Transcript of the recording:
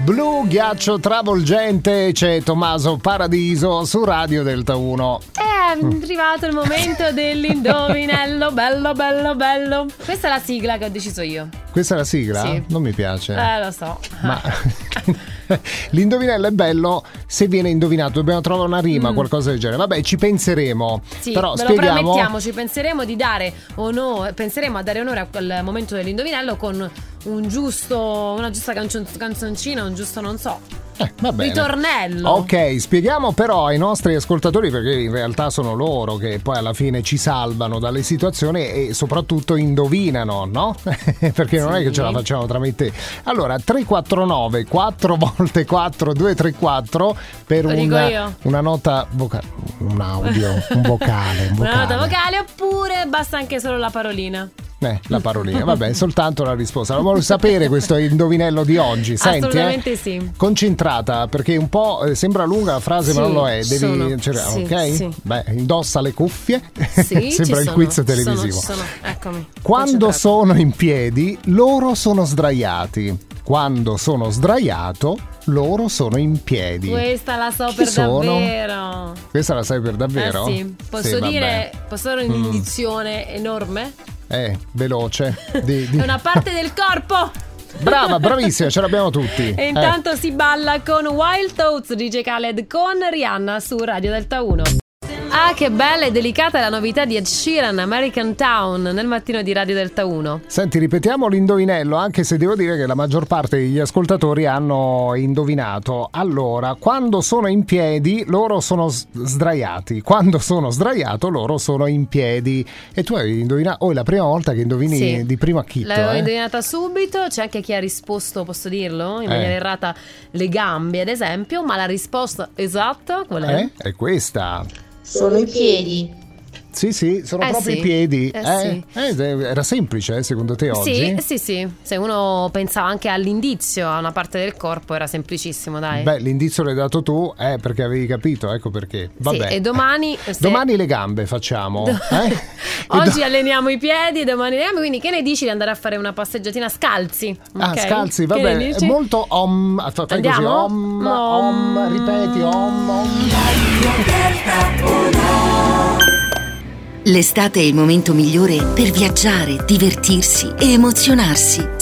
Blu, ghiaccio travolgente, c'è Tommaso Paradiso su Radio Delta 1. È Mm. arrivato il momento dell'indovinello, bello, bello, bello. Questa è la sigla che ho deciso io. Questa è la sigla? Sì. Non mi piace. Eh, lo so. Ma l'indovinello è bello se viene indovinato, dobbiamo trovare una rima, qualcosa del genere. Vabbè, ci penseremo. Mm. Sì, Però ve lo spieghiamo. promettiamo, ci penseremo di dare onore, penseremo a dare onore al momento dell'indovinello con un giusto, una giusta cancion- canzoncina, un giusto non so, Eh, va bene. ritornello. Ok, spieghiamo però ai nostri ascoltatori, perché in realtà sono loro che poi alla fine ci salvano dalle situazioni e soprattutto indovinano, no? perché non è che ce la Sì. facciamo tramite. Allora, 349 4 volte 4 234 per Lo dico una, io. una nota vocale, un audio, un vocale, un Una nota vocale. vocale oppure basta anche solo la parolina. Eh, la parolina, vabbè, soltanto la risposta. Lo voglio sapere questo indovinello di oggi. Senti, eh? Assolutamente sì. Concentrata, perché un po' eh, sembra lunga la frase, ma Sì, non lo è. Devi sono. cercare, Sì, ok? sì. Beh, indossa le cuffie. Sì, ci sembra il sono, quiz ci televisivo. sono, ci sono. Eccomi. Quando concentrata. sono in piedi, loro sono sdraiati. Quando sono sdraiato, loro sono in piedi. Questa la so Chi per sono? davvero. Questa la sai per davvero? Eh sì, posso Sì, vabbè. Mm. dire, posso dare un'indizione enorme? Eh, veloce. Di- di- È una parte del corpo. Brava, bravissima, ce l'abbiamo tutti. E Eh. intanto si balla con Wild Thoughts di J. Khaled con Rihanna su Radio Delta 1. Ah, che bella e delicata la novità di Ed Sheeran, American Town, nel mattino di Radio Delta 1. Senti, ripetiamo l'indovinello, anche se devo dire che la maggior parte degli ascoltatori hanno indovinato. Allora, quando sono in piedi, loro sono s- sdraiati. Quando sono sdraiato, loro sono in piedi. E tu hai indovinato, oh, è la prima volta che indovini Sì. di prima chitto, L'avevo eh? indovinata subito, c'è anche chi ha risposto, posso dirlo, in Eh. maniera errata, le gambe ad esempio, ma la risposta esatta qual è? Eh? È questa. Sono i piedi. Sì, sì, sono Eh proprio sì. i piedi. Eh Eh, era semplice, eh, secondo te oggi? Sì, sì, sì, se uno pensava anche all'indizio, a una parte del corpo, era semplicissimo, dai. Beh, l'indizio l'hai dato tu, eh, perché avevi capito, ecco perché. Vabbè. e domani, se- Domani le gambe facciamo. Do- eh? E Oggi do- alleniamo i piedi, domani alleniamo, quindi che ne dici di andare a fare una passeggiatina scalzi? Ah, ok? scalzi, va Che ne bene. dici? Molto om. Fa- Fai così, Andiamo? om, om, Om. ripeti, om, om. L'estate è il momento migliore per viaggiare, divertirsi e emozionarsi.